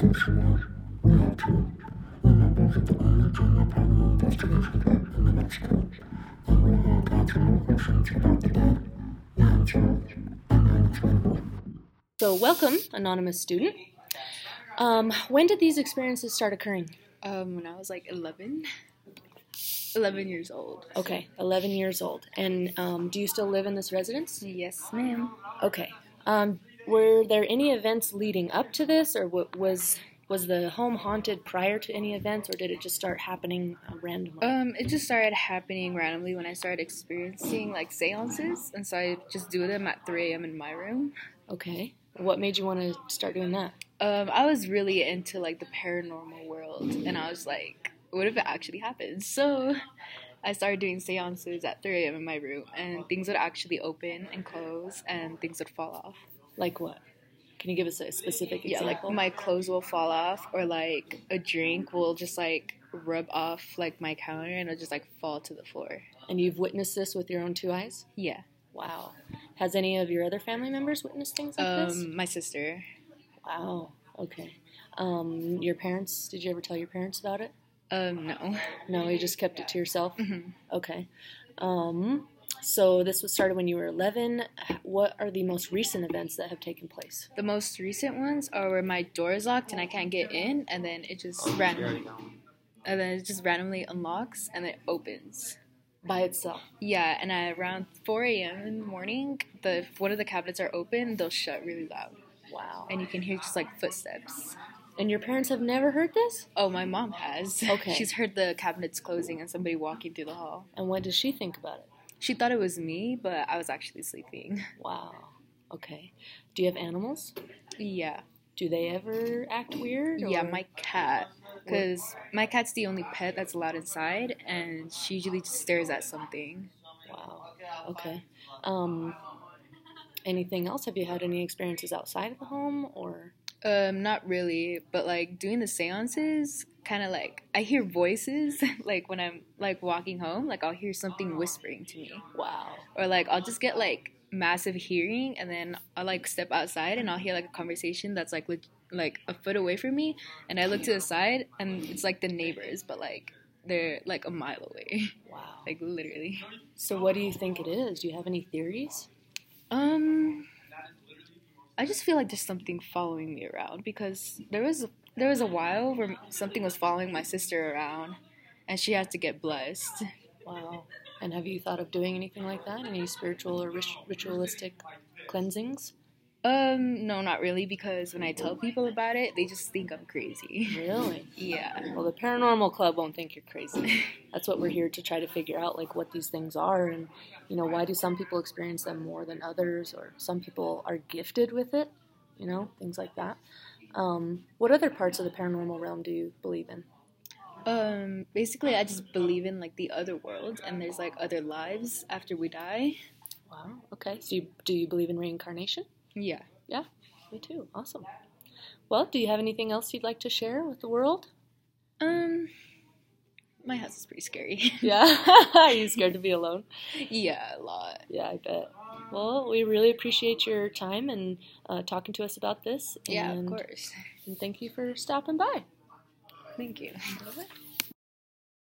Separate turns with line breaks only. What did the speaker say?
Çalışmalar Hayatı Ama bozuldu anlatana parmağı bastırıcılar Ama ne çıkar Ama hayatını hoşlanıcılar gider Yancılar Anlayıcılar var
So, welcome, anonymous student. Um, when did these experiences start occurring?
Um, when I was like 11, 11 years old.
Okay, 11 years old. And um, do you still live in this residence?
Yes, ma'am.
Okay. Um, were there any events leading up to this, or wa- was was the home haunted prior to any events, or did it just start happening uh, randomly?
Um, it just started happening randomly when I started experiencing like seances, and so I just do them at 3 a.m. in my room.
okay. What made you want to start doing that?
Um, I was really into like the paranormal world, and I was like, what if it actually happens? So I started doing seances at 3 a.m. in my room, and things would actually open and close, and things would fall off.
Like what? Can you give us a specific
yeah, like
example?
my clothes will fall off, or like a drink will just like rub off like my counter and it'll just like fall to the floor.
and you've witnessed this with your own two eyes?
Yeah.
Wow. Has any of your other family members witnessed things like this?
Um, my sister.
Wow. Oh, Okay. Um, your parents? Did you ever tell your parents about it?
Um, no.
No, you just kept it to yourself.
Mm-hmm.
Okay. Um, so this was started when you were 11. What are the most recent events that have taken place?
The most recent ones are where my door is locked and I can't get in, and then it just randomly, and then it just randomly unlocks and it opens.
By itself.
Yeah, and at around 4 a.m. in the morning, the if one of the cabinets are open, they'll shut really loud,
Wow.
and you can hear just like footsteps.
And your parents have never heard this?
Oh, my mom has.
Okay.
She's heard the cabinets closing and somebody walking through the hall.
And what does she think about it?
She thought it was me, but I was actually sleeping.
Wow. Okay. Do you have animals?
Yeah.
Do they ever act weird?
Yeah,
or-
my cat. Because my cat's the only pet that's allowed inside, and she usually just stares at something.
Wow. Okay. Um, anything else? Have you had any experiences outside of the home or?
Um, not really, but like doing the seances, kind of like I hear voices, like when I'm like walking home, like I'll hear something whispering to me.
Wow.
or like I'll just get like massive hearing and then I'll like step outside and I'll hear like a conversation that's like leg- like a foot away from me and I look to the side and it's like the neighbors but like they're like a mile away
Wow.
like literally
So what do you think it is? Do you have any theories?
um I just feel like there's something following me around because there was there was a while where something was following my sister around and she had to get blessed
Wow. And have you thought of doing anything like that? Any spiritual or rit- ritualistic cleansings?
um no not really because when I tell people about it they just think I'm crazy
Really?
yeah
Well, the paranormal club won't think you're crazy. That's what we're here to try to figure out, like what these things are, and you know why do some people experience them more than others, or some people are gifted with it, you know, things like that. Um, what other parts of the paranormal realm do you believe in?
Um, basically, I just believe in like the other world, and there's like other lives after we die.
Wow. Okay. So you, do you believe in reincarnation?
Yeah.
Yeah. Me too. Awesome. Well, do you have anything else you'd like to share with the world?
Um, my house is pretty scary.
Yeah. Are you scared to be alone?
yeah, a lot.
Yeah, I bet. Well, we really appreciate your time and uh, talking to us about this.
Yeah,
and,
of course.
And thank you for stopping by.
Thank you.